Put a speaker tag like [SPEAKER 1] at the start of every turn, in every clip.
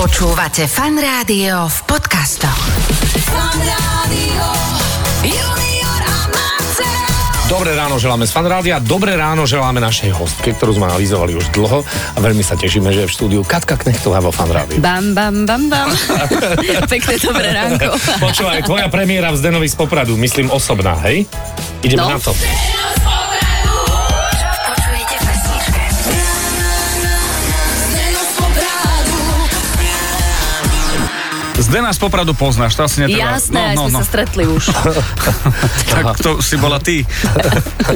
[SPEAKER 1] Počúvate fan rádio v podcastoch.
[SPEAKER 2] Fan rádio, junior a Marcel.
[SPEAKER 3] Dobré ráno želáme z fanrádia, dobré ráno želáme našej hostke, ktorú sme avizovali už dlho a veľmi sa tešíme, že je v štúdiu Katka Knechtová vo fanrádiu.
[SPEAKER 4] Bam, bam, bam, bam. Pekné dobré ránko.
[SPEAKER 3] Počúvaj, tvoja premiéra v Zdenovi z Popradu, myslím osobná, hej? Ideme na
[SPEAKER 4] No.
[SPEAKER 3] to.
[SPEAKER 1] Počujete pesničke.
[SPEAKER 2] Zdeno z Popradu.
[SPEAKER 5] Zdena z Popradu poznáš, tá si netreba...
[SPEAKER 4] Jasné, no, no, sme sa stretli už.
[SPEAKER 5] Tak to si bola ty,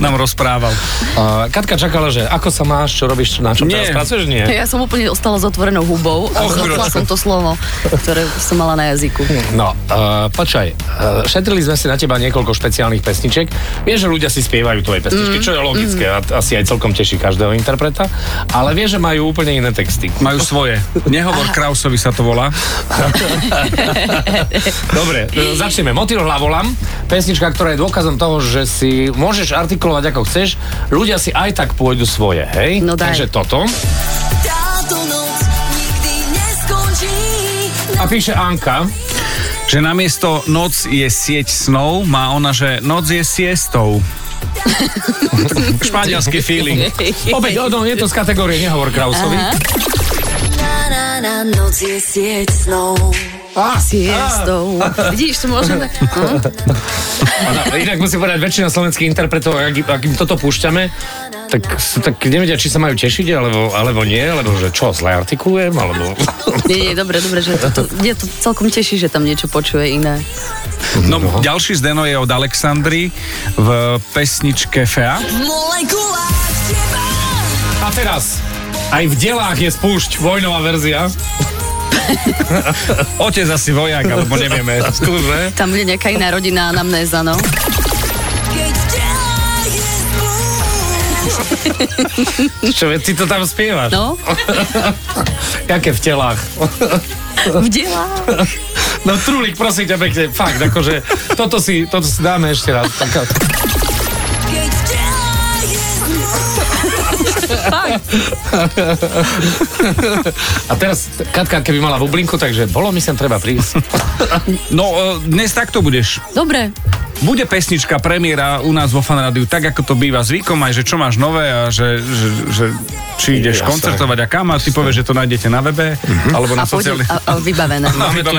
[SPEAKER 5] nám rozprával.
[SPEAKER 3] Uh, Katka čakala, že ako sa máš, čo robíš, na čom
[SPEAKER 5] Nie.
[SPEAKER 3] teraz pracuješ? Nie.
[SPEAKER 4] Ja som úplne ostala s otvorenou hubou a
[SPEAKER 5] Och,
[SPEAKER 4] zhotla
[SPEAKER 5] Miročka.
[SPEAKER 4] som to slovo, ktoré som mala na jazyku.
[SPEAKER 3] No, uh, počkaj, uh, šetrili sme si na teba niekoľko špeciálnych pesničiek. Vieš, že ľudia si spievajú tvoje pesničky, čo je logické a asi aj celkom teší každého interpreta, ale vieš, že majú úplne iné texty.
[SPEAKER 5] Majú svoje. Nehovor Krausovi sa to volá.
[SPEAKER 3] Dobre, e, začneme. Motýl hlavolam, pesnička, ktorá je dôkazom toho, že si môžeš artikulovať ako chceš, ľudia si aj tak pôjdu svoje, hej?
[SPEAKER 4] No daj.
[SPEAKER 3] Takže toto.
[SPEAKER 2] Táto noc nikdy neskončí.
[SPEAKER 3] A píše Anka,
[SPEAKER 5] Že namiesto noc je sieť snov, má ona, že noc je siestou. Španielský feeling.
[SPEAKER 3] opäť, no, je to z kategórie, nehovor Krausovi.
[SPEAKER 2] Na, na, na, noc je sieť snov.
[SPEAKER 3] Ah,
[SPEAKER 4] Siestou. Vidíš, to môžeme... No,
[SPEAKER 3] A na- Inak musím povedať, väčšina slovenských interpretov, ak, im- ak im toto púšťame, tak, s- tak nevedia, či sa majú tešiť, alebo, alebo nie, lebo že čo, zle artikulujem, alebo...
[SPEAKER 4] nie, nie, dobre, dobre, že to, to, mne to celkom teší, že tam niečo počuje iné.
[SPEAKER 5] No, ďalší Zdeno je od Alexandry v pesničke Fea.
[SPEAKER 2] Molekula z teba.
[SPEAKER 3] A teraz, aj v delách je spúšť vojnová verzia.
[SPEAKER 5] Otec asi vojak, alebo nevieme. Skúsme.
[SPEAKER 4] Tam bude nejaká iná rodina anamnéza, no.
[SPEAKER 2] Keď v tele je spúšť.
[SPEAKER 3] Čo, veď ty to tam spievaš?
[SPEAKER 4] No,
[SPEAKER 3] Jaké v telách?
[SPEAKER 4] v delách.
[SPEAKER 3] No Trulik, prosím ťa pekne, fakt, akože toto si, toto si dáme ešte raz. Tak,
[SPEAKER 2] Keď v tele je spúšť.
[SPEAKER 3] a teraz Katka, keby mala bublinku, takže bolo mi sem treba prísť.
[SPEAKER 5] No, e, dnes takto budeš.
[SPEAKER 4] Dobre,
[SPEAKER 5] Bude pesnička premiéra u nás vo fanrádiu, tak ako to býva zvykom, aj že čo máš nové a že, že, že či ideš
[SPEAKER 3] Jasné.
[SPEAKER 5] koncertovať a kam a ty povieš, že to nájdete na webe alebo
[SPEAKER 4] a,
[SPEAKER 5] na
[SPEAKER 4] poďme,
[SPEAKER 5] sociálnych...
[SPEAKER 4] a, a vybavené.
[SPEAKER 5] Máme tu...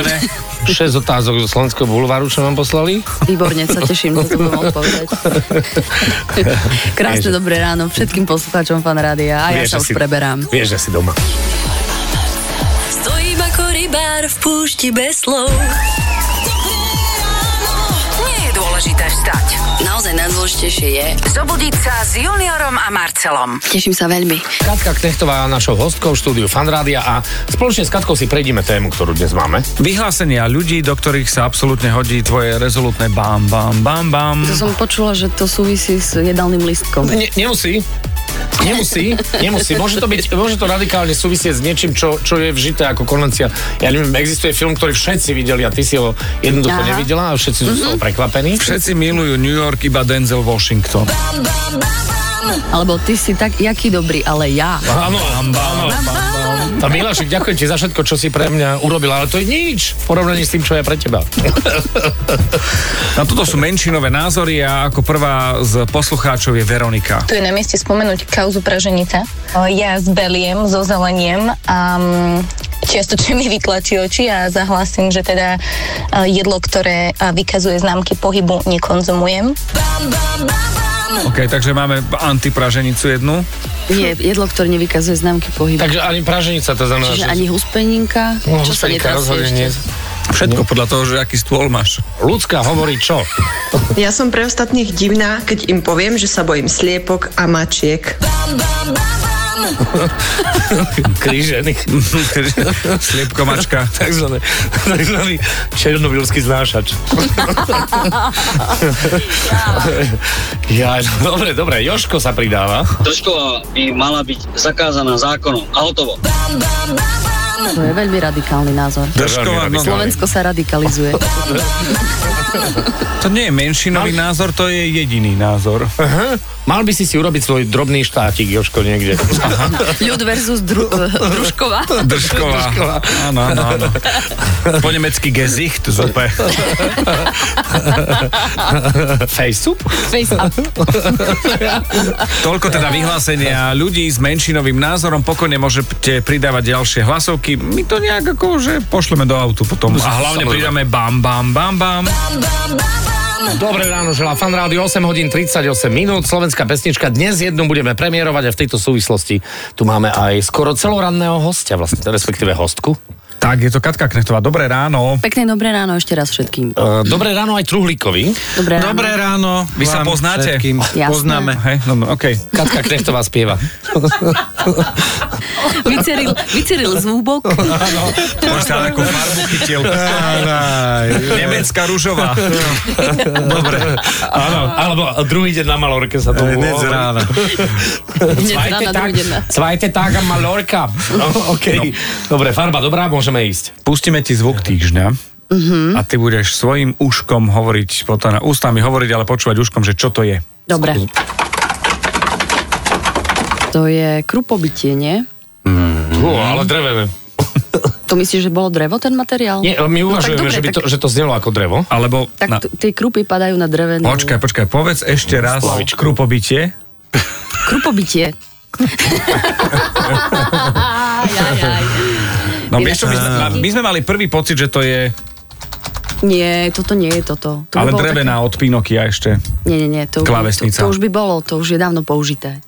[SPEAKER 3] Šesť otázok zo Slovenského bulváru, čo nám poslali.
[SPEAKER 4] Výborne, sa teším, že to budem odpovedať. Krásne
[SPEAKER 3] Takže-
[SPEAKER 4] dobré ráno všetkým poslucháčom fan rádia a ja sa
[SPEAKER 3] že si-
[SPEAKER 4] už preberám.
[SPEAKER 3] Vieš, že si doma.
[SPEAKER 2] Stojím ako rybár v púšti bez slov.
[SPEAKER 1] Nie je dôležité vstať.
[SPEAKER 4] Naozaj najdôležitejšie je.
[SPEAKER 1] Zobudiť sa s Juniorom a Marcelom.
[SPEAKER 4] Teším sa veľmi.
[SPEAKER 3] Katka Knechtová, našou hostkou v štúdiu Fanrádia a spoločne s Katkou si prejdime tému, ktorú dnes máme.
[SPEAKER 5] Vyhlásenia ľudí, do ktorých sa absolútne hodí tvoje rezolutné bam, bam, bam, bam.
[SPEAKER 4] To som počula, že to súvisí s jedálnym listkom.
[SPEAKER 3] Ne, nemusí. Nemusí, nemusí. Môže to, byť, môže to radikálne súvisieť s niečím, čo, čo je vžité ako konvencia. Ja neviem, existuje film, ktorý všetci videli a ty si ho jednoducho
[SPEAKER 4] Aha. Mhm.
[SPEAKER 3] nevidela a všetci sú prekvapení.
[SPEAKER 5] Všetci milujú New York, iba Denzel Washington.
[SPEAKER 2] Bam, bam, bam, bam.
[SPEAKER 4] Alebo ty si tak, jaký dobrý, ale ja.
[SPEAKER 3] Áno, áno. Tá Milášek, ďakujem ti za všetko, čo si pre mňa urobila, ale to je nič v porovnaní s tým, čo je pre teba.
[SPEAKER 5] Na No, toto sú menšinové názory a ako prvá z poslucháčov je Veronika.
[SPEAKER 6] Tu je na mieste spomenúť kauzu praženica. O, Ja s beliem, so zeleniem a mm, čiastočne mi vytlačí oči a zahlásim, že teda e, jedlo, ktoré e, vykazuje známky pohybu, nekonzumujem.
[SPEAKER 2] Bam, bam, bam, bam.
[SPEAKER 5] OK, takže máme antipraženicu jednu.
[SPEAKER 4] Nie, jedlo, ktoré nevykazuje známky pohybu.
[SPEAKER 3] Takže ani praženica, to znamená, že...
[SPEAKER 4] Čiže ani huspeninka,
[SPEAKER 3] No,
[SPEAKER 4] čo sa
[SPEAKER 3] huspeninka
[SPEAKER 4] netrasie
[SPEAKER 3] rozhodne nie.
[SPEAKER 4] ešte.
[SPEAKER 5] Všetko podľa toho, že aký stôl máš.
[SPEAKER 3] Ľudská hovorí čo?
[SPEAKER 7] Ja som pre ostatných divná, keď im poviem, že sa bojím sliepok a mačiek.
[SPEAKER 3] Krížený.
[SPEAKER 5] Sliepkomačka.
[SPEAKER 3] Takzvaný, takzvaný černobilský znášač. ja, no, dobre, dobre, Joško sa pridáva.
[SPEAKER 8] Držkova by mala byť zakázaná zákonom a hotovo.
[SPEAKER 2] Bam, bam, bam, bam.
[SPEAKER 4] To je veľmi radikálny názor.
[SPEAKER 5] Držková,
[SPEAKER 3] radikálne.
[SPEAKER 5] no,
[SPEAKER 4] Slovensko sa radikalizuje.
[SPEAKER 5] to nie je menšinový
[SPEAKER 3] No.
[SPEAKER 5] názor, to je jediný názor.
[SPEAKER 3] Aha. Mal by si si urobiť svoj drobný štátik, Joško, niekde.
[SPEAKER 4] Ľud versus dru- družková.
[SPEAKER 5] Držková.
[SPEAKER 3] Držková.
[SPEAKER 5] Áno, áno, áno. Po nemecky Gesicht zupe.
[SPEAKER 3] Face soup?
[SPEAKER 4] Face up.
[SPEAKER 5] Toľko teda vyhlásenia ľudí s menšinovým názorom. Pokojne môžete pridávať ďalšie hlasovky. My to nejak ako, že pošleme do autu potom. A
[SPEAKER 3] Samozrejme.
[SPEAKER 5] hlavne pridáme bam, bam, bam, bam.
[SPEAKER 3] Dobré ráno, želá fan rádio 8 hodín 38 minút. Slovenská pesnička dnes jednu budeme premiérovať a v tejto súvislosti tu máme aj skoro celoranného hostia, vlastne, respektíve hostku.
[SPEAKER 5] Tak, je to Katka Knechtová. Dobré ráno.
[SPEAKER 4] Pekné dobré ráno ešte raz všetkým.
[SPEAKER 3] Eh, Dobré ráno aj Truhlíkovi.
[SPEAKER 4] Dobré ráno.
[SPEAKER 8] Dobré ráno.
[SPEAKER 5] Vy sa
[SPEAKER 8] vám
[SPEAKER 5] poznáte?
[SPEAKER 8] Všetkým.
[SPEAKER 4] Jasné.
[SPEAKER 8] Poznáme.
[SPEAKER 5] Hej, no, no, OK.
[SPEAKER 3] Katka Knechtová spieva.
[SPEAKER 4] Vyceril, vyceril zvúbok.
[SPEAKER 5] Už sa ako farbu chytil. Nemecká rúžová.
[SPEAKER 3] Áno, alebo druhý deň na Malorke sa
[SPEAKER 5] E,
[SPEAKER 3] to
[SPEAKER 8] Hneď z rána.
[SPEAKER 4] Hneď
[SPEAKER 3] Cvajte
[SPEAKER 4] rána,
[SPEAKER 3] tak,
[SPEAKER 4] druhý deň.
[SPEAKER 3] cvajte tak a Malorka. No, OK. Dobre, farba dobrá, môžeme ísť.
[SPEAKER 5] Pustíme ti zvuk týždňa. Mm-hmm. A ty budeš svojim uškom hovoriť, potom ústami hovoriť, ale počúvať uškom, že čo to je.
[SPEAKER 4] Dobre. To je krupobytie, nie?
[SPEAKER 3] Mm. ale drevené.
[SPEAKER 4] To myslíš, že bolo drevo ten materiál?
[SPEAKER 3] Nie, my
[SPEAKER 4] No tak
[SPEAKER 3] uvažujeme,
[SPEAKER 4] dobre,
[SPEAKER 3] že, by
[SPEAKER 4] tak-
[SPEAKER 3] to, že to znelo ako drevo.
[SPEAKER 5] Alebo...
[SPEAKER 4] Tak
[SPEAKER 5] na-
[SPEAKER 4] t- tie krupy padajú na drevenú...
[SPEAKER 5] Počkaj, počkaj, povedz ešte raz
[SPEAKER 3] Slavičku.
[SPEAKER 5] krupobytie.
[SPEAKER 4] Krupobytie. Aj, aj, aj.
[SPEAKER 5] No vieš čo, my sme, my sme mali prvý pocit, že to je,
[SPEAKER 4] Nie, toto nie je toto. To by
[SPEAKER 5] ale
[SPEAKER 4] bolo
[SPEAKER 5] drevená od Pinokia ešte.
[SPEAKER 4] Také... Nie, nie, nie. To,
[SPEAKER 5] Klávesnica.
[SPEAKER 4] To, to už by bolo, to už je dávno použité.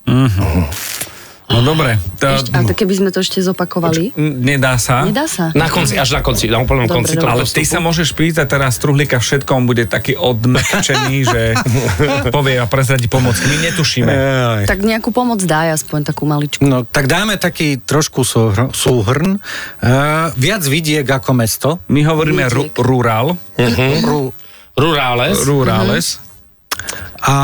[SPEAKER 5] No dobre, to,
[SPEAKER 4] Ešte, ale to keby sme to ešte zopakovali,
[SPEAKER 5] n- nedá
[SPEAKER 3] no.
[SPEAKER 5] sa.
[SPEAKER 4] nedá sa.
[SPEAKER 3] Na konci, až na konci, na úplnom
[SPEAKER 4] Dobre,
[SPEAKER 3] konci.
[SPEAKER 4] dobre.
[SPEAKER 5] Ale ty sa môžeš pýtať teraz Truhlíka všetko, on bude taký odmekčený, že povie a prezradí pomoc. My netušíme.
[SPEAKER 8] Jaj.
[SPEAKER 4] Tak nejakú pomoc dá aspoň takú maličku.
[SPEAKER 8] No, tak dáme taký trošku súhr- súhrn. Uh, viac vidiek ako mesto.
[SPEAKER 5] My hovoríme ru, rural,
[SPEAKER 8] Rú-
[SPEAKER 3] Rurales.
[SPEAKER 5] rurales.
[SPEAKER 4] Mhm.
[SPEAKER 8] A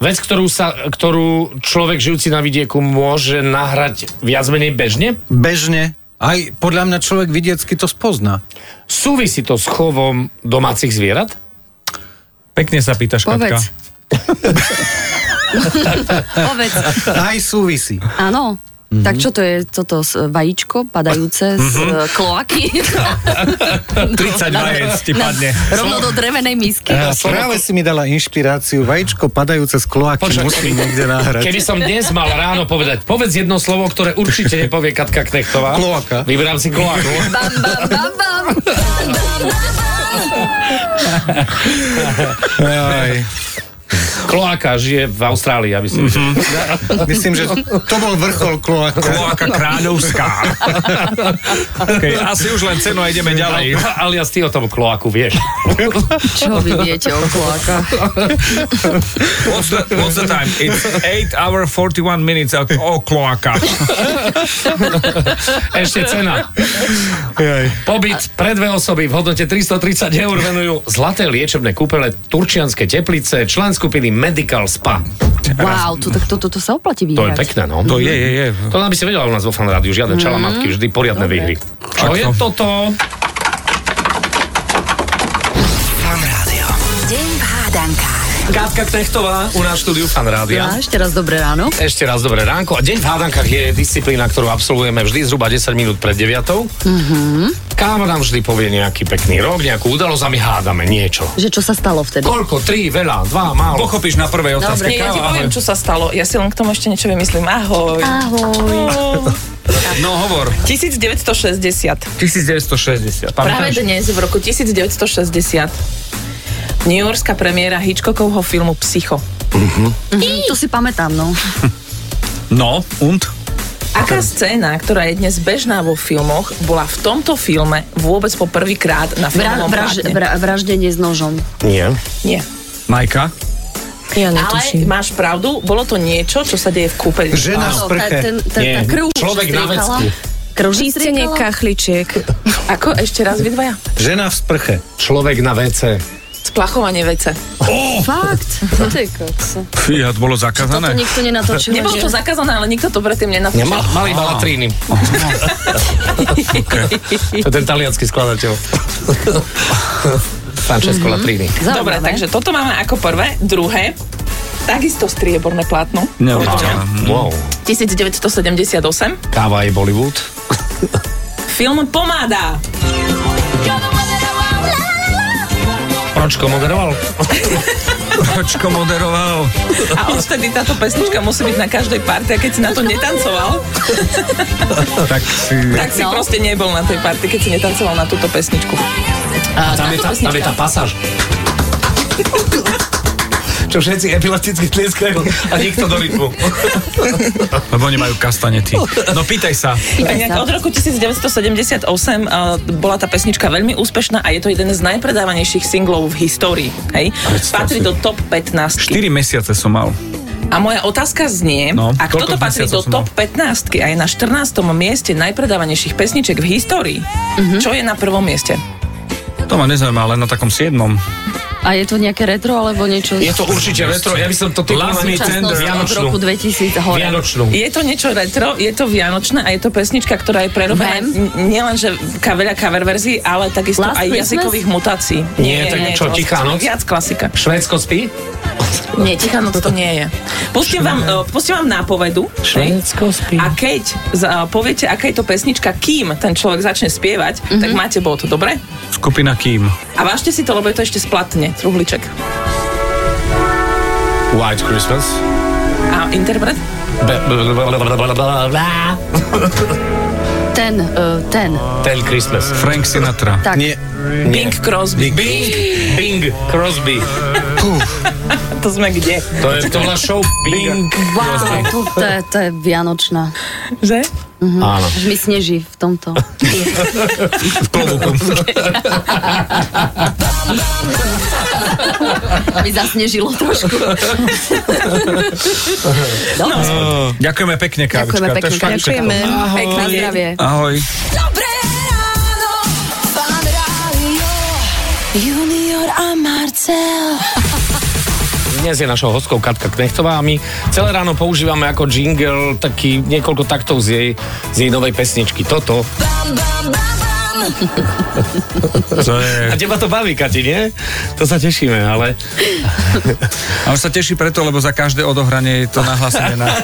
[SPEAKER 3] Vec, ktorú, sa, ktorú človek žijúci na vidieku môže nahrať viac menej bežne.
[SPEAKER 8] bežne, aj podľa mňa človek vidiecky to spozná.
[SPEAKER 3] Súvisí to s chovom domácich zvierat?
[SPEAKER 5] Pekne sa pýtaš, Katka.
[SPEAKER 4] Povedz. Povedz.
[SPEAKER 8] Aj súvisí.
[SPEAKER 4] Áno.
[SPEAKER 3] Mhm.
[SPEAKER 4] Tak čo to je toto s- e, vajíčko padajúce z e,
[SPEAKER 3] Mhm.
[SPEAKER 4] kloaky?
[SPEAKER 5] 30 vajec ti
[SPEAKER 4] Na- No,
[SPEAKER 5] padne.
[SPEAKER 4] Rovno do drevenej misky.
[SPEAKER 8] A práve si mi dala inšpiráciu. Vajíčko padajúce z kloaky
[SPEAKER 3] Počkaj,
[SPEAKER 8] musím niekde nahrať.
[SPEAKER 3] Keby som dnes mal ráno povedať, povedz jedno slovo, ktoré určite nepovie Katka Knechtová.
[SPEAKER 8] Kloaka.
[SPEAKER 3] Vyberám si kloaku.
[SPEAKER 4] Bam, bam, bam, bam.
[SPEAKER 8] Aj.
[SPEAKER 3] Kloaka žije v Austrálii, aby si mm-hmm.
[SPEAKER 8] Myslím, že to bol vrchol kloaka.
[SPEAKER 5] Kloaka kráľovská. Okay, asi už len cenu a ideme ďalej.
[SPEAKER 3] Alias ty o tom kloaku vieš.
[SPEAKER 4] Čo vy viete o kloakách?
[SPEAKER 5] What's the, what's the time? It's 8 hour 41 minutes o, o kloaka.
[SPEAKER 3] Ešte cena. Pobyt pre dve osoby v hodnote 330 eur venujú zlaté liečebné kúpele, turčianske teplice, člen skupiny Medical Spa.
[SPEAKER 4] Wow, to, tak toto to, to sa oplatí
[SPEAKER 3] To je
[SPEAKER 4] vyhrať.
[SPEAKER 3] pekné, no.
[SPEAKER 5] To je, je, je.
[SPEAKER 3] To nám by si vedela u nás vo fanrádiu, žiadne mm. čalamatky, vždy poriadne výhry.
[SPEAKER 4] Dobre.
[SPEAKER 3] Čo
[SPEAKER 5] Tak
[SPEAKER 3] je
[SPEAKER 5] to.
[SPEAKER 3] toto?
[SPEAKER 1] Deň v hádankách.
[SPEAKER 3] Kátka Knechtová u nás v štúdiu fanrádia.
[SPEAKER 4] A ešte raz dobré ráno.
[SPEAKER 3] Ešte raz dobré ránko. A deň v hádankách je disciplína, ktorú absolvujeme vždy zhruba 10 minút pred 9. Mm-hmm. Káva nám vždy povie nejaký pekný rok, nejakú udalosť a my hádame niečo.
[SPEAKER 4] Že čo sa stalo vtedy?
[SPEAKER 3] Koľko? Tri, veľa, dva, málo.
[SPEAKER 5] Pochopíš na prvej
[SPEAKER 4] Dobre.
[SPEAKER 5] otázke.
[SPEAKER 9] Nie, ja ti poviem, čo sa stalo. Ja si len k tomu ešte niečo vymyslím. Ahoj.
[SPEAKER 4] Ahoj.
[SPEAKER 5] No hovor.
[SPEAKER 9] 1960.
[SPEAKER 5] 1960.
[SPEAKER 9] Práve
[SPEAKER 5] Pamätáš?
[SPEAKER 9] dnes, v roku 1960, New Yorkská premiéra Hitchcockovho filmu Psycho.
[SPEAKER 4] Mhm, to si pamätám, no.
[SPEAKER 5] No, und?
[SPEAKER 9] Aká scéna, ktorá je dnes bežná vo filmoch, bola v tomto filme vôbec po prvýkrát na
[SPEAKER 4] Vra,
[SPEAKER 9] filmovom
[SPEAKER 4] vraž,
[SPEAKER 9] vlákne?
[SPEAKER 4] vra, vraždenie s nožom.
[SPEAKER 3] Nie.
[SPEAKER 9] Nie.
[SPEAKER 5] Majka?
[SPEAKER 9] Ja Ale máš pravdu, bolo to niečo, čo sa deje v kúpeľni.
[SPEAKER 8] Žena v
[SPEAKER 4] Áno, tá,
[SPEAKER 8] sprche.
[SPEAKER 4] ten, tá,
[SPEAKER 3] Nie,
[SPEAKER 4] tá krv už
[SPEAKER 3] človek na
[SPEAKER 4] striekala.
[SPEAKER 3] vecku.
[SPEAKER 4] Krv už
[SPEAKER 10] Čistenie
[SPEAKER 4] striekala.
[SPEAKER 10] kachličiek.
[SPEAKER 9] Ako? Ešte raz vy dvaja?
[SPEAKER 8] Žena v sprche.
[SPEAKER 3] Človek na WC.
[SPEAKER 9] splachovanie vece.
[SPEAKER 4] Fakt? No Ty kokso.
[SPEAKER 5] Fíha, to bolo
[SPEAKER 4] Toto
[SPEAKER 5] zakázané?
[SPEAKER 4] nikto nenatočil.
[SPEAKER 9] Nebolo
[SPEAKER 4] že?
[SPEAKER 9] to zakázané, ale nikto to predtým nenatočil.
[SPEAKER 3] Nemal, mali iba latríny. To je ten talianský skladateľ. Francesco
[SPEAKER 9] Mhm.
[SPEAKER 3] Latrini.
[SPEAKER 4] Zaujímavé.
[SPEAKER 9] Dobre, takže toto máme ako prvé. Druhé, takisto strieborné plátno.
[SPEAKER 5] Neuveriteľné.
[SPEAKER 3] Wow.
[SPEAKER 9] 1978.
[SPEAKER 3] Káva je Bollywood.
[SPEAKER 9] Film Pomáda.
[SPEAKER 3] Pročko moderoval?
[SPEAKER 5] Pročko moderoval?
[SPEAKER 9] A odtedy táto pesnička musí byť na každej party a keď si na to netancoval,
[SPEAKER 5] Tak si...
[SPEAKER 9] tak si proste nebol na tej party, keď si netancoval na túto pesničku. A,
[SPEAKER 3] Tam je, tá, tam je tá pasáž. Čo všetci epilepticky tlieskajú a nikto do rytmu.
[SPEAKER 5] Lebo oni majú kastanety. No pýtaj sa.
[SPEAKER 9] Tak nejak od roku 1978 uh, bola tá pesnička veľmi úspešná a je to jeden z najpredávanejších singlov v histórii. Hej?
[SPEAKER 5] Predstav
[SPEAKER 9] Patrí
[SPEAKER 5] si.
[SPEAKER 9] do top
[SPEAKER 5] 4
[SPEAKER 9] 15.
[SPEAKER 5] mesiace som mal.
[SPEAKER 9] A moja otázka znie,
[SPEAKER 5] No,
[SPEAKER 9] no, ak
[SPEAKER 5] koľko
[SPEAKER 9] toto patrí
[SPEAKER 5] mesiacov
[SPEAKER 9] do
[SPEAKER 5] som mal?
[SPEAKER 9] top 15 a je na 14. mieste najpredávanejších pesniček v histórii, čo je na prvom mieste?
[SPEAKER 5] To ma nezaujíma, ale na takom 7.
[SPEAKER 4] A je to nejaké retro alebo niečo?
[SPEAKER 3] Je to určite retro, ja by som to typol
[SPEAKER 5] Last
[SPEAKER 3] na
[SPEAKER 5] me
[SPEAKER 3] niečo-
[SPEAKER 5] tender.
[SPEAKER 4] od
[SPEAKER 3] Vianočnú.
[SPEAKER 4] roku 2000 hore.
[SPEAKER 3] Vianočnú.
[SPEAKER 9] Je to niečo retro, je to vianočné a je to pesnička, ktorá je prerobená
[SPEAKER 4] Vem.
[SPEAKER 9] n- nielenže ka- veľa cover verzií, ale takisto
[SPEAKER 4] Last
[SPEAKER 9] aj
[SPEAKER 4] Christmas?
[SPEAKER 9] jazykových mutácií.
[SPEAKER 3] Nie, tak čo,
[SPEAKER 9] to-
[SPEAKER 3] Tichá noc?
[SPEAKER 9] Viac klasika.
[SPEAKER 3] Švédsko spí?
[SPEAKER 9] Nie, tichá
[SPEAKER 4] no,
[SPEAKER 9] noc to nie je. Pustím vám, eh, pustím vám nápovedu.
[SPEAKER 3] Švédsko spí.
[SPEAKER 9] A keď za, e, poviete, aká je to pesnička, kým ten človek začne spievať, mm-hmm. tak máte bod, dobre?
[SPEAKER 5] Skupina Kým.
[SPEAKER 9] A vážte si to, lebo je to ešte splatne, truhliček.
[SPEAKER 3] White Christmas.
[SPEAKER 9] A interpret?
[SPEAKER 3] Be- be- be- be- be- be- be- be-
[SPEAKER 4] Ten, eh, ten.
[SPEAKER 3] Ten Christmas.
[SPEAKER 5] Frank Sinatra.
[SPEAKER 4] Tak.
[SPEAKER 8] Nie,
[SPEAKER 9] Bing Crosby.
[SPEAKER 3] Bing, Bing, Crosby.
[SPEAKER 9] To sme kde?
[SPEAKER 3] To je to bola show Bing.
[SPEAKER 4] Wow, to, to, je, to je vianočná.
[SPEAKER 9] Že?
[SPEAKER 3] Áno.
[SPEAKER 4] Už mi sneží v tomto.
[SPEAKER 5] V klobúku.
[SPEAKER 4] Mi zasnežilo trošku. Dobre,
[SPEAKER 5] Ďakujeme pekne,
[SPEAKER 4] ďakujeme
[SPEAKER 5] Kávička. To je
[SPEAKER 4] pekne.
[SPEAKER 5] fakt
[SPEAKER 4] Ďakujeme. Pekné zdravie.
[SPEAKER 5] všetko. Ahoj.
[SPEAKER 2] Dobré ráno, fan rádio. Junior a Marcel.
[SPEAKER 3] Dnes je našou hostkou Katka Knechtová a my celé ráno používame ako jingle taký niekoľko taktov z jej, z jej novej pesničky. Toto.
[SPEAKER 2] Bam, bam, bam, bam.
[SPEAKER 5] To je...
[SPEAKER 3] A teba to baví, Kati, nie? To sa tešíme, ale...
[SPEAKER 5] A on sa teší preto, lebo za každé odohranie je to nahlásenie na...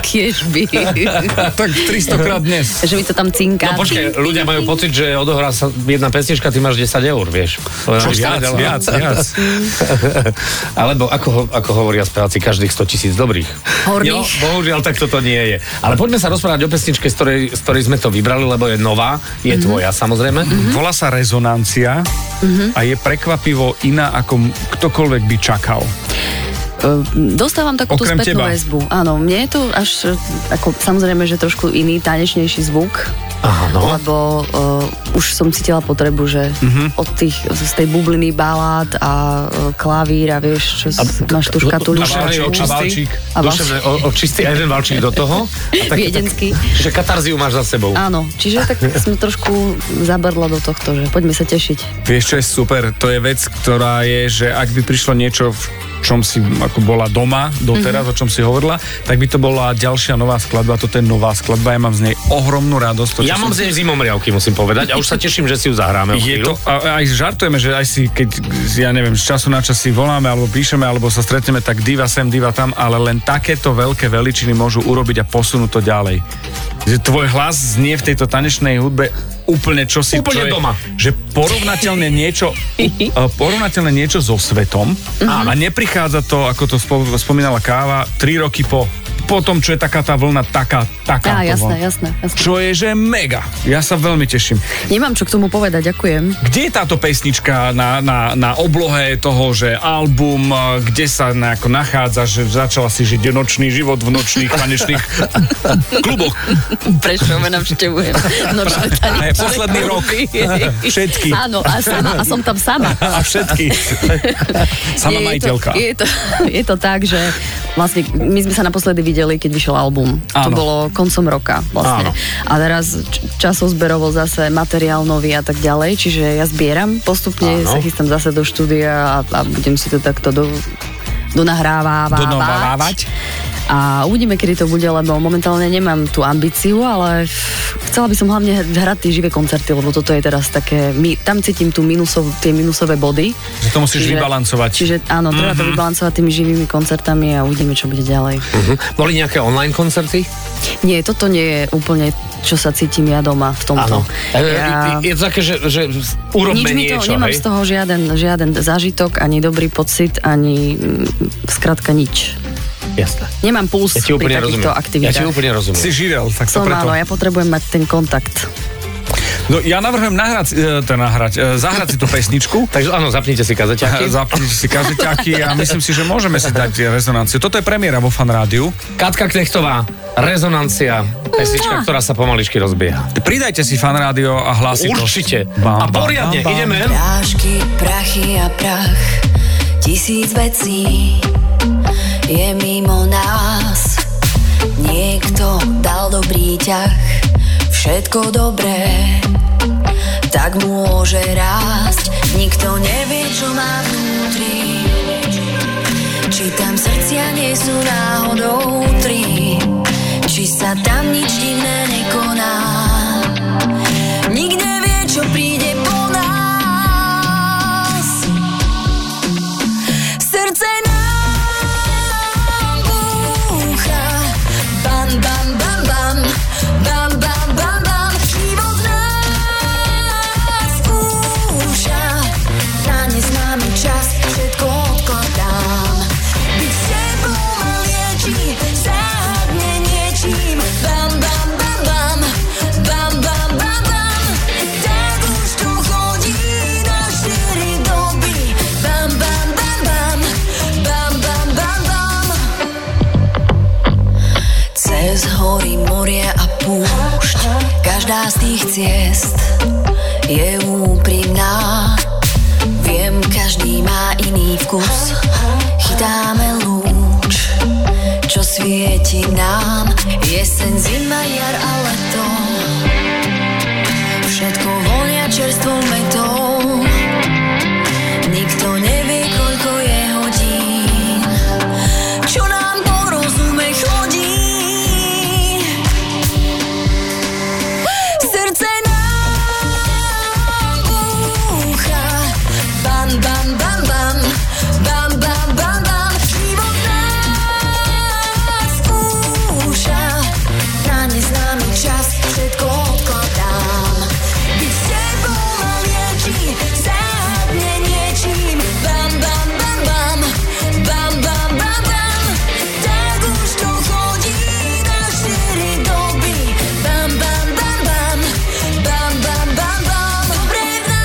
[SPEAKER 4] Kiež by.
[SPEAKER 5] tak 300 krát dnes.
[SPEAKER 4] Že mi to tam cinká.
[SPEAKER 3] No počkaj, ľudia majú pocit, že odohrá sa jedna pesnička, ty máš 10 eur, vieš. Len
[SPEAKER 5] Čo
[SPEAKER 3] aby si
[SPEAKER 5] viac,
[SPEAKER 3] vedela.
[SPEAKER 5] viac, viac.
[SPEAKER 3] Alebo ako, ho- ako hovoria speváci, každých 100 tisíc dobrých.
[SPEAKER 4] Horných.
[SPEAKER 3] Jo, bohužiaľ, tak toto nie je. Ale poďme sa rozprávať o pesničke, z ktorej, z ktorej sme to vybrali, lebo je nová, je
[SPEAKER 4] Mhm.
[SPEAKER 3] mm-hmm. tvoja samozrejme. Mm-hmm.
[SPEAKER 5] Volá sa rezonancia a je prekvapivo iná, ako m- ktokoľvek by čakal.
[SPEAKER 4] Dostávam takúto
[SPEAKER 5] Okrem
[SPEAKER 4] spätnú
[SPEAKER 5] teba.
[SPEAKER 4] väzbu. Áno, mne je to až, eh, ako, samozrejme, že trošku iný, tanečnejší zvuk.
[SPEAKER 3] Aha, no.
[SPEAKER 4] Lebo uh, už som cítila potrebu, že
[SPEAKER 5] Mhm.
[SPEAKER 4] uh-huh. od tých, z tej bubliny balát a uh, klavír a vieš, čo a, máš tú škatulku.
[SPEAKER 3] Duševný
[SPEAKER 5] A
[SPEAKER 3] očistý.
[SPEAKER 5] valčík.
[SPEAKER 4] A valčík.
[SPEAKER 3] Duševný o- očistý a jeden valčík do toho. A tak,
[SPEAKER 4] Viedenský.
[SPEAKER 3] Čiže katarziu máš za sebou. A-
[SPEAKER 4] Áno, čiže tak som trošku zabrdla do tohto, že poďme sa tešiť.
[SPEAKER 5] Vieš, čo je super? To je vec, ktorá je, že ak by prišlo niečo, v čom si ako bola doma
[SPEAKER 4] Mhm.
[SPEAKER 5] doteraz, mm-hmm. o čom si hovorila, tak by to bola ďalšia nová skladba. Toto je nová skladba, ja mám z nej ohromnú radosť. To, čo
[SPEAKER 3] Ja
[SPEAKER 5] som
[SPEAKER 3] mám z nej zimomriavky, musím povedať, a už sa teším, že si ju zahráme. o
[SPEAKER 5] Je
[SPEAKER 3] chvíľu.
[SPEAKER 5] to, a, aj žartujeme, že aj si, keď, ja neviem, z času na čas si voláme, alebo píšeme, alebo sa stretneme, tak diva sem, diva tam, ale len takéto veľké veličiny môžu urobiť a posunúť to ďalej. Že tvoj hlas znie v tejto tanečnej hudbe úplne čosi,
[SPEAKER 3] Úplne
[SPEAKER 5] čo je-
[SPEAKER 3] doma.
[SPEAKER 5] že porovnateľne niečo, eh, porovnateľne niečo so svetom a neprichádza to, ako to spo- spomínala Káva, 3 roky po, po tom, čo je taká tá vlna, taká,
[SPEAKER 4] Á,
[SPEAKER 5] taká to
[SPEAKER 4] jasné,
[SPEAKER 5] vlna.
[SPEAKER 4] jasné, jasné.
[SPEAKER 5] Čo je, že mega. Ja sa veľmi teším.
[SPEAKER 4] Nemám čo k tomu povedať, ďakujem.
[SPEAKER 5] Kde je táto pesnička na, na, na oblohe toho, že album, eh, kde sa na, ako nachádza, že začala si žiť nočný život v nočných tanečných kluboch.
[SPEAKER 4] Prečo ma navštevujem. No, Nočné
[SPEAKER 5] A je posledný rok. Všetky.
[SPEAKER 4] Áno, a, sama, a som tam sama.
[SPEAKER 5] A všetky. Sama
[SPEAKER 4] je,
[SPEAKER 5] majiteľka.
[SPEAKER 4] To, je, to, je to tak, že vlastne my sme sa naposledy videli, keď vyšiel album. To
[SPEAKER 5] Áno.
[SPEAKER 4] bolo koncom roka vlastne.
[SPEAKER 5] Áno.
[SPEAKER 4] A teraz č- časozberovo zase materiál nový a tak ďalej, čiže ja zbieram
[SPEAKER 3] Áno.
[SPEAKER 4] postupne, sa chystám zase do štúdia a, a budem si to takto do, donahrávávať.
[SPEAKER 5] Donovávať.
[SPEAKER 4] A uvidíme, kedy to bude, lebo momentálne nemám tú ambíciu, ale chcela by som hlavne hrať tie živé koncerty, lebo toto je teraz také, my, tam cítim tú minusov, tie minusové body.
[SPEAKER 5] Že to musíš vybalancovať.
[SPEAKER 4] Čiže áno, treba to vybalancovať tými živými koncertami a uvidíme, čo bude ďalej.
[SPEAKER 3] Mhm. Boli nejaké online koncerty?
[SPEAKER 4] Nie, toto nie je úplne, čo sa cítim ja doma v tomto.
[SPEAKER 3] Ja... E,
[SPEAKER 4] Ja...
[SPEAKER 3] Je, je to také, že, že urobme
[SPEAKER 4] Nič mi to,
[SPEAKER 3] niečo,
[SPEAKER 4] nemám
[SPEAKER 3] hej?
[SPEAKER 4] z toho žiaden, žiaden zážitok, ani dobrý pocit, ani mm, skrátka nič.
[SPEAKER 3] Jasné.
[SPEAKER 4] Nemám puls
[SPEAKER 3] Ja ti úplne
[SPEAKER 4] pri
[SPEAKER 3] rozumiem.
[SPEAKER 4] takýchto
[SPEAKER 3] Ja
[SPEAKER 4] aktivitách.
[SPEAKER 3] ti úplne rozumiem.
[SPEAKER 5] Si živel, tak to
[SPEAKER 4] Som
[SPEAKER 5] preto.
[SPEAKER 4] áno, ja potrebujem mať ten kontakt.
[SPEAKER 5] No, ja navrhujem nahrať, e, teda nahrať, e, zahrať si tú pesničku.
[SPEAKER 3] Takže áno, zapnite si kazeťaky.
[SPEAKER 5] Zapnite si kazeťaky a myslím si, že môžeme si dať rezonanciu. Toto je premiéra vo Fan Rádiu.
[SPEAKER 3] Katka Knechtová, Rezonancia, pesnička, ktorá sa pomaličky rozbieha.
[SPEAKER 5] Pridajte si Fan Rádio a hlasitosť.
[SPEAKER 3] Určite.
[SPEAKER 5] Bam,
[SPEAKER 3] A
[SPEAKER 5] bam,
[SPEAKER 3] poriadne,
[SPEAKER 5] bam, bam.
[SPEAKER 3] ideme.
[SPEAKER 2] Prášky, prachy a prach, tisíc vecí je mimo nás. Niekto dal dobrý ťah, všetko dobré, tak môže rásť. Nikto nevie, čo má vnútri, či tam srdcia nie sú náhodou tri, či sa tam nič divné nekoná. Nikde vie, čo príde po nás. Srdce nám búcha. Bam, bam, bam, bam. Bam, bam, bam, bam. Život nás skúša. Na neznámy čas všetko odkladám. Byť s tebou ma lieči, záhadne niečím. Bam, bam, bam, bam. Bam, bam, bam, bam. Tak už to chodí na štyri doby. Bam, bam, bam, bam. Bam, bam, bam, bam. Cez hory, morie a púšť Každá z tých ciest je úprimná Viem, každý má iný vkus Chytáme lúč, čo svieti nám Jeseň, zima, jar a leto Všetko vonia čerstvou metou Nikto nevie, koľko je hodín Čo nám po rozume chodí Srdce nám búcha Bam, bam, bam, bam Bam, bam, bam, bam Život nás skúša Na neznámy čas všetko odkladám Byť s tebou ma lieči Záhadne niečím Bam, bam, bam, bam Bam, bam, bam, bam Tak už to chodí na štyri doby Bam, bam, bam, bam Bam, bam, bam, bam Dobre v nás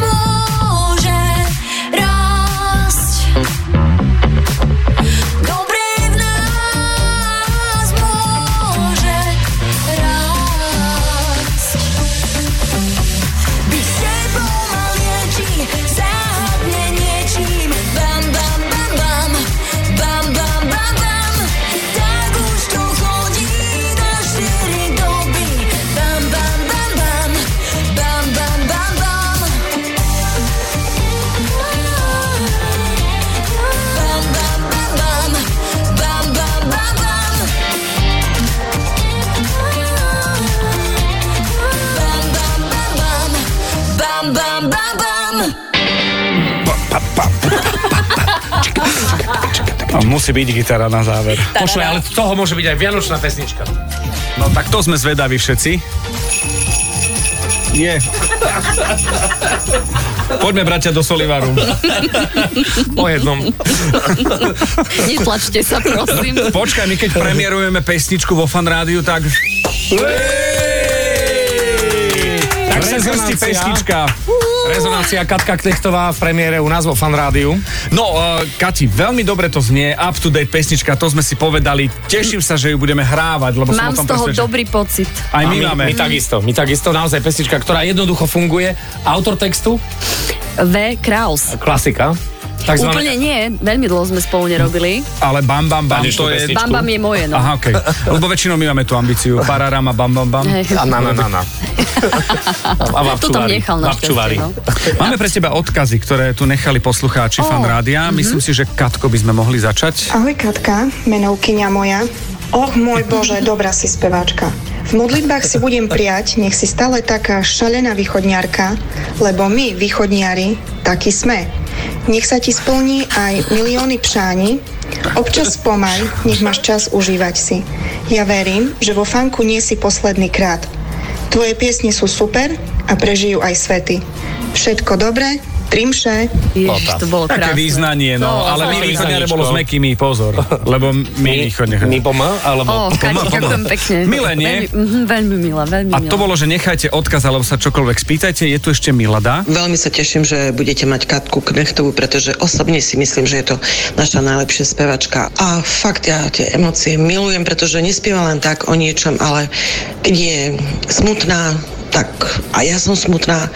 [SPEAKER 2] môže rásť Dobre v nás môže rásť. Byť s tebou ma lieči, záhadne niečím. Bam, bam, bam, bam. Bam, bam, bam, bam. Tak už to chodí na štyri doby. Bam, bam, bam, bam. Bam, bam, bam, bam. Bam, bam, bam, bam. Bam, bam, bam, bam. Bam, bam, bam, bam. Bam, bam, bam, bam.
[SPEAKER 5] A musí byť gitara na záver.
[SPEAKER 3] Počuj, ale z toho môže byť aj vianočná pesnička.
[SPEAKER 5] No tak to sme zvedaví všetci. Je. Poďme, bratia, do Solivaru.
[SPEAKER 3] O jednom.
[SPEAKER 4] Netlačte sa, prosím.
[SPEAKER 5] Počkaj, my keď premiérujeme pesničku vo Fan Rádiu, tak... Tak sa zhrstí
[SPEAKER 3] Rezonancia.
[SPEAKER 5] pesnička.
[SPEAKER 3] Rezonancia Katka Knechtová v premiére u nás vo Fan Rádiu.
[SPEAKER 5] No, uh, Kati, veľmi dobre to znie, up to date pesnička, to sme si povedali. Teším sa, že ju budeme hrávať, lebo
[SPEAKER 4] Mám z
[SPEAKER 5] som o tom
[SPEAKER 4] toho
[SPEAKER 5] presvedčený.
[SPEAKER 4] dobrý pocit.
[SPEAKER 5] Aj my,
[SPEAKER 3] A
[SPEAKER 5] máme.
[SPEAKER 3] My takisto, my takisto. Naozaj pesnička, ktorá jednoducho funguje. Autor textu,
[SPEAKER 4] V. Kraus.
[SPEAKER 3] klasika. Takzvané-
[SPEAKER 4] Úplne nie, veľmi dlho sme spolu nerobili.
[SPEAKER 5] Ale bam, bam, bam,
[SPEAKER 3] Nájdeš
[SPEAKER 5] to
[SPEAKER 3] tú
[SPEAKER 5] je...
[SPEAKER 3] pesničku?
[SPEAKER 4] Bam Bam je moje, no.
[SPEAKER 5] Aha, okej. Lebo väčšinou my máme tú ambíciu. Pararama, bam, bam, bam.
[SPEAKER 4] Hej.
[SPEAKER 3] A na, na, na, na. A
[SPEAKER 4] To tam
[SPEAKER 3] vapčuvári.
[SPEAKER 4] nechal na
[SPEAKER 3] Vapčuvári.
[SPEAKER 4] šťastie, no.
[SPEAKER 5] Máme pre teba odkazy, ktoré tu nechali poslucháči oh. fan rádia.
[SPEAKER 4] mhm.
[SPEAKER 5] Myslím si, že Katko by sme mohli začať.
[SPEAKER 10] Ahoj Katka, menovkyňa moja. Och môj Bože, dobrá si speváčka. V modlitbách si budem prijať, nech si stále taká šalená východňarka, lebo my, východniari, takí sme. Nech sa ti splní aj milióny pšáni, občas spomal, nech máš čas užívať si. Ja verím, že vo fanku nie si posledný krát. Tvoje piesne sú super a prežijú aj svety. Všetko dobré, trimše.
[SPEAKER 4] Ježiš, to bolo
[SPEAKER 5] Také
[SPEAKER 4] krásne.
[SPEAKER 5] význanie, no,
[SPEAKER 4] No,
[SPEAKER 5] ale my
[SPEAKER 3] no,
[SPEAKER 5] východňare
[SPEAKER 3] význaničko.
[SPEAKER 5] bolo s mekými, pozor. Lebo my východňare.
[SPEAKER 3] Mi pomá,
[SPEAKER 4] Ó,
[SPEAKER 3] alebo...
[SPEAKER 4] Kati, ďakujem pekne.
[SPEAKER 5] Milé, nie?
[SPEAKER 4] Veľmi, mhm, veľmi milé, veľmi
[SPEAKER 5] A
[SPEAKER 4] milé.
[SPEAKER 5] to bolo, že nechajte odkaz, alebo sa čokoľvek spýtajte. Je tu ešte
[SPEAKER 3] No.
[SPEAKER 5] Milada.
[SPEAKER 11] Veľmi sa teším, že budete mať Katku Knechtovú, pretože osobne si myslím, že je to naša najlepšia spevačka. A fakt ja tie emócie milujem, pretože nespieva len tak o niečom, ale keď je smutná, tak a ja som smutná,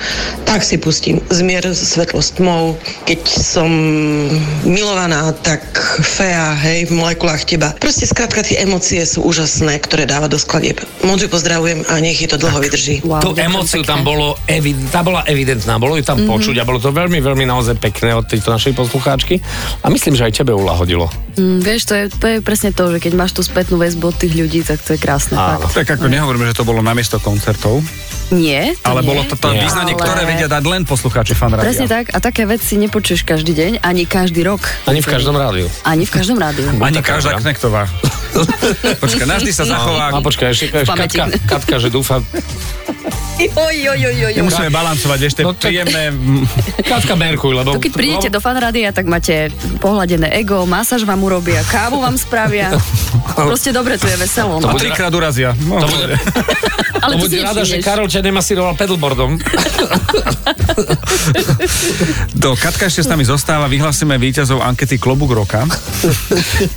[SPEAKER 11] tak si pustím Zmier svetlo s tmou. Keď som milovaná, tak fea, hej, v molekulách teba. Proste skrátka tie emócie sú úžasné, ktoré dáva do skladieb. Moc ju pozdravujem a nech jej to dlho vydrží.
[SPEAKER 4] Wow,
[SPEAKER 3] tú
[SPEAKER 4] ďakujem
[SPEAKER 3] emóciu
[SPEAKER 4] pekne.
[SPEAKER 3] tam bolo, evid- tá bola evidentná, bolo ju tam
[SPEAKER 4] Mhm.
[SPEAKER 3] mm-hmm. počuť a bolo to veľmi, veľmi naozaj pekné od tejto našej poslucháčky a myslím, že aj tebe ulahodilo.
[SPEAKER 4] Mm, vieš, to je, to je presne to, že keď máš tú spätnú väzbu od tých ľudí, tak to je krásne.
[SPEAKER 3] Áno.
[SPEAKER 4] No Fakt.
[SPEAKER 5] Tak ako nehovorím, že to bolo namiesto koncertov,
[SPEAKER 4] Nie, to
[SPEAKER 5] ale
[SPEAKER 4] nie.
[SPEAKER 5] bolo to to
[SPEAKER 3] Nie.
[SPEAKER 5] význanie,
[SPEAKER 4] Ale-
[SPEAKER 5] ktoré vedia dať len poslucháči fan rádia.
[SPEAKER 4] Presne tak, a také veci nepočuješ každý deň, ani každý rok.
[SPEAKER 3] Ani v každom rádiu.
[SPEAKER 4] Ani v každom rádiu.
[SPEAKER 5] Ani
[SPEAKER 3] Taká
[SPEAKER 5] každá
[SPEAKER 3] hra.
[SPEAKER 5] Knechtová. Počkaj, navždy
[SPEAKER 4] No.
[SPEAKER 5] sa zachová.
[SPEAKER 3] A počkaj, ešte
[SPEAKER 4] V pamäti.
[SPEAKER 3] Katka, Katka, že dúfa,
[SPEAKER 4] Oj, oj, oj, oj, oj.
[SPEAKER 5] Nemusíme balancovať ešte
[SPEAKER 3] No
[SPEAKER 5] no,
[SPEAKER 3] tak-
[SPEAKER 5] príjemné...
[SPEAKER 3] Katka Merkuj, lebo...
[SPEAKER 4] To keď prídete do fanrádia, tak máte pohladené ego, masáž vám urobia, kávu vám spravia. Proste dobre, tu je veselo.
[SPEAKER 5] A
[SPEAKER 4] No.
[SPEAKER 3] bude-
[SPEAKER 5] trikrát urazia. No,
[SPEAKER 3] To bude,
[SPEAKER 4] Ale
[SPEAKER 3] to
[SPEAKER 4] to
[SPEAKER 3] bude
[SPEAKER 4] si
[SPEAKER 3] rada, že
[SPEAKER 4] nevšimneš.
[SPEAKER 3] Karol ťa nemasíroval pedalboardom.
[SPEAKER 5] Do Katka ešte s nami zostáva, vyhlasíme víťazov ankety Klobúk roka.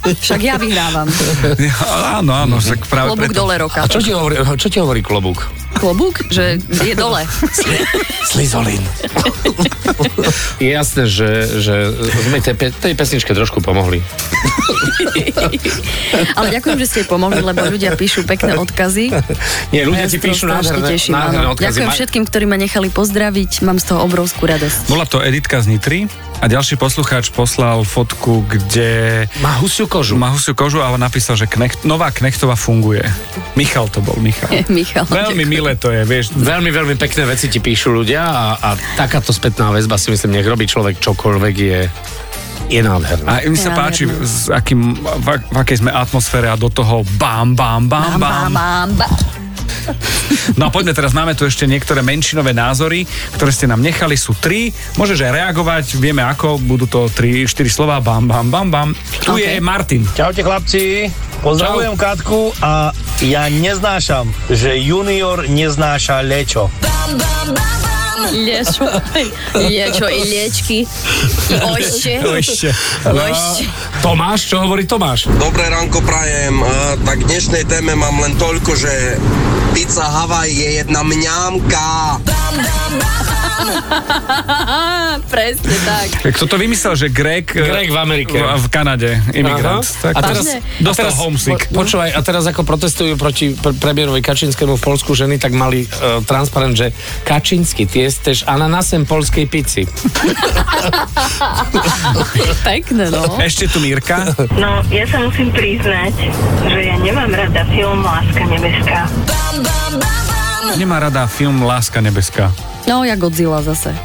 [SPEAKER 4] Však ja vyhrávam.
[SPEAKER 5] Ja, áno, áno, tak práve
[SPEAKER 4] Klobúk
[SPEAKER 5] preto.
[SPEAKER 4] dole roka.
[SPEAKER 3] A čo ti hovorí, čo ti hovorí klobúk?
[SPEAKER 4] Klobúk? Že je dole.
[SPEAKER 3] Slizolin. Je jasné, že, že sme tej, pe- tej pesničke trošku pomohli.
[SPEAKER 4] Ale ďakujem, že ste jej pomohli, lebo ľudia píšu pekné odkazy.
[SPEAKER 3] Nie, ľudia
[SPEAKER 4] Ja
[SPEAKER 3] ti
[SPEAKER 4] sa
[SPEAKER 3] píšu
[SPEAKER 4] strašne
[SPEAKER 3] nádherné,
[SPEAKER 4] teším,
[SPEAKER 3] nádherné
[SPEAKER 4] áno.
[SPEAKER 3] odkazy.
[SPEAKER 4] Ďakujem
[SPEAKER 3] Ma-
[SPEAKER 4] všetkým, ktorí ma nechali pozdraviť. Mám z toho obrovskú radosť.
[SPEAKER 5] Bola to Editka z Nitry a ďalší poslucháč poslal fotku, kde
[SPEAKER 3] Má husiu kožu.
[SPEAKER 5] má husiu kožu, ale napísal, že knecht, nová knechtová funguje. Michal to bol, Michal.
[SPEAKER 4] Michal.
[SPEAKER 5] Veľmi
[SPEAKER 4] ďakujem.
[SPEAKER 5] milé to je, vieš.
[SPEAKER 3] Veľmi, veľmi pekné veci ti píšu ľudia a, a takáto spätná väzba si myslím, nech robí človek čokoľvek je, je nádherná.
[SPEAKER 5] A mi sa
[SPEAKER 4] Nádherné.
[SPEAKER 5] páči, s akým, v, ak- v akej sme atmosfére a do toho bam, bam,
[SPEAKER 4] Bam,
[SPEAKER 5] bam,
[SPEAKER 4] bam,
[SPEAKER 5] bam.
[SPEAKER 4] bam, bam.
[SPEAKER 5] No a poďme teraz, máme tu ešte niektoré menšinové názory, ktoré ste nám nechali, sú tri. Môžeš aj reagovať, vieme ako, budú to tri, štyri slova, bam, bam, bam, bam. Tu
[SPEAKER 4] Okay.
[SPEAKER 5] je Martin.
[SPEAKER 12] Čaute chlapci, pozdravujem Katku a ja neznášam, že junior neznáša lečo.
[SPEAKER 2] Bam, bam, bam, bam.
[SPEAKER 4] Liečo, liečo i liečky. I ojšte.
[SPEAKER 5] Ešte.
[SPEAKER 4] Ojšte.
[SPEAKER 3] Tomáš, čo hovorí Tomáš?
[SPEAKER 11] Dobré ránko prajem, Eh, tak k dnešnej téme mám len toľko, že pizza Havaj je jedna mňamka.
[SPEAKER 3] No.
[SPEAKER 4] Á, presne tak.
[SPEAKER 5] Kto to vymyslel, že Greg, eh,
[SPEAKER 3] Greg v Amerike.
[SPEAKER 5] V, v Kanade, imigrant.
[SPEAKER 3] Aha.
[SPEAKER 5] Tak,
[SPEAKER 3] A teraz, a
[SPEAKER 5] dostal
[SPEAKER 3] teraz,
[SPEAKER 5] homesick.
[SPEAKER 3] Po, počúvaj, a teraz ako protestujú proti pr- premiérovi Kačinskému v Polsku ženy, tak mali uh, transparent, že Kačinsky, ty jesteś ananasem polskiej pici.
[SPEAKER 4] Pekné, no.
[SPEAKER 5] Ešte tu Mírka.
[SPEAKER 6] No, ja sa musím priznať, že ja nemám rada film Láska nebeská.
[SPEAKER 2] Bam, bam, bam, bam.
[SPEAKER 5] Nemá rada film Láska nebeská.
[SPEAKER 4] No, ja Godzilla zase.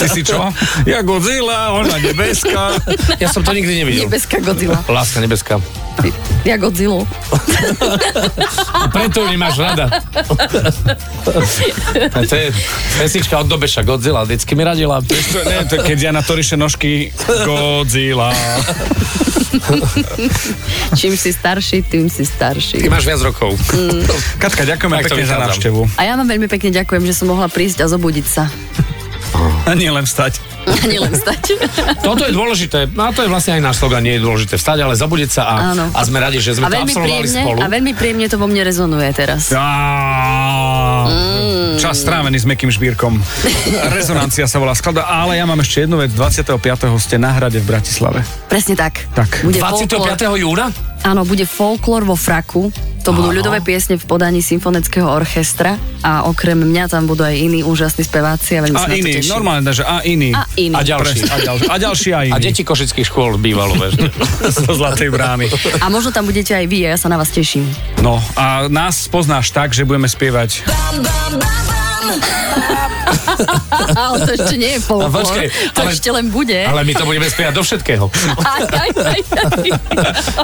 [SPEAKER 5] Ty si čo? Ja Godzilla, ona nebeská.
[SPEAKER 3] Ja som to nikdy nevidel.
[SPEAKER 4] Nebeská Godzilla.
[SPEAKER 3] Láska nebeská.
[SPEAKER 4] Ja Godzilla.
[SPEAKER 3] A preto ju nemáš rada. A to je pesnička od Dobeša Godzilla. Vždycky mi radila.
[SPEAKER 5] To, ne, to, keď ja na to riše nožky, Godzilla.
[SPEAKER 4] Čím si starší, tým si starší.
[SPEAKER 3] Ty máš viac rokov.
[SPEAKER 5] Katka,
[SPEAKER 3] Tak
[SPEAKER 5] ďakujeme
[SPEAKER 3] to
[SPEAKER 5] pekne za
[SPEAKER 3] vychádzam.
[SPEAKER 5] návštevu.
[SPEAKER 4] A ja vám veľmi pekne ďakujem, že som mohla prísť a zobudiť sa.
[SPEAKER 5] A nie len vstať.
[SPEAKER 4] A nielen stať.
[SPEAKER 3] Toto je dôležité. No a to je vlastne aj náš slogan. Nie je dôležité vstať, ale zabudeť sa a,
[SPEAKER 4] Áno.
[SPEAKER 3] a sme radi, že
[SPEAKER 4] A
[SPEAKER 3] sme to
[SPEAKER 4] veľmi,
[SPEAKER 3] absolvovali
[SPEAKER 4] príjemne,
[SPEAKER 3] spolu.
[SPEAKER 4] a veľmi príjemne to vo mne rezonuje teraz.
[SPEAKER 5] Á, Čas čas strávený s Mekým Žbírkom. Rezonancia sa volá skladba, ale ja mám ešte jednu vec. 25. ste na hrade v Bratislave.
[SPEAKER 4] Presne tak.
[SPEAKER 5] Tak.
[SPEAKER 4] Bude
[SPEAKER 3] 25. júna?
[SPEAKER 4] Áno, bude folklór vo fraku. To budú ľudové piesne v podaní symfonického orchestra a okrem mňa tam budú aj iní úžasní speváci a veľmi
[SPEAKER 5] A
[SPEAKER 4] sa na to
[SPEAKER 5] iný,
[SPEAKER 4] teším.
[SPEAKER 5] normálne, že a iný.
[SPEAKER 4] A iní.
[SPEAKER 3] A ďalší.
[SPEAKER 5] Presne, a ďalší. A ďalší a iný.
[SPEAKER 3] A deti košických škôl bývalo, vieš.
[SPEAKER 5] zo Zlatej brány.
[SPEAKER 4] A možno tam budete aj vy a ja sa na vás teším.
[SPEAKER 5] No a nás poznáš tak, že budeme spievať.
[SPEAKER 4] ale to ešte nie je folklór.
[SPEAKER 3] A počkaj,
[SPEAKER 4] to
[SPEAKER 3] ale-
[SPEAKER 4] ešte len bude.
[SPEAKER 3] Ale my to budeme spievať do všetkého.
[SPEAKER 4] Aj, aj, aj, aj.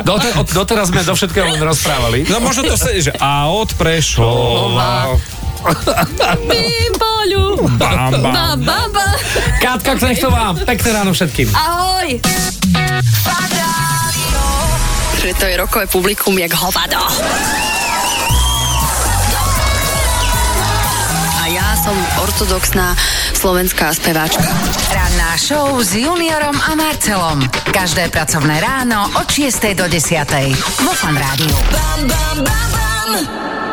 [SPEAKER 3] Dote, od, doteraz sme do všetkého len rozprávali.
[SPEAKER 5] No možno to sa, že a od Prešova.
[SPEAKER 4] Bimboľu. Ba,
[SPEAKER 5] Bam, bam.
[SPEAKER 4] ba, ba.
[SPEAKER 3] Kátka Knechtová, pekné ráno všetkým.
[SPEAKER 4] Ahoj. Že to je rokové publikum jak hovado. A ja som ortodoxná slovenská speváčka.
[SPEAKER 1] Ranná show s Juniorom a Marcelom. Každé pracovné ráno od 6. do 10. Vo Fan Rádiu.
[SPEAKER 2] bam, bam, bam, bam.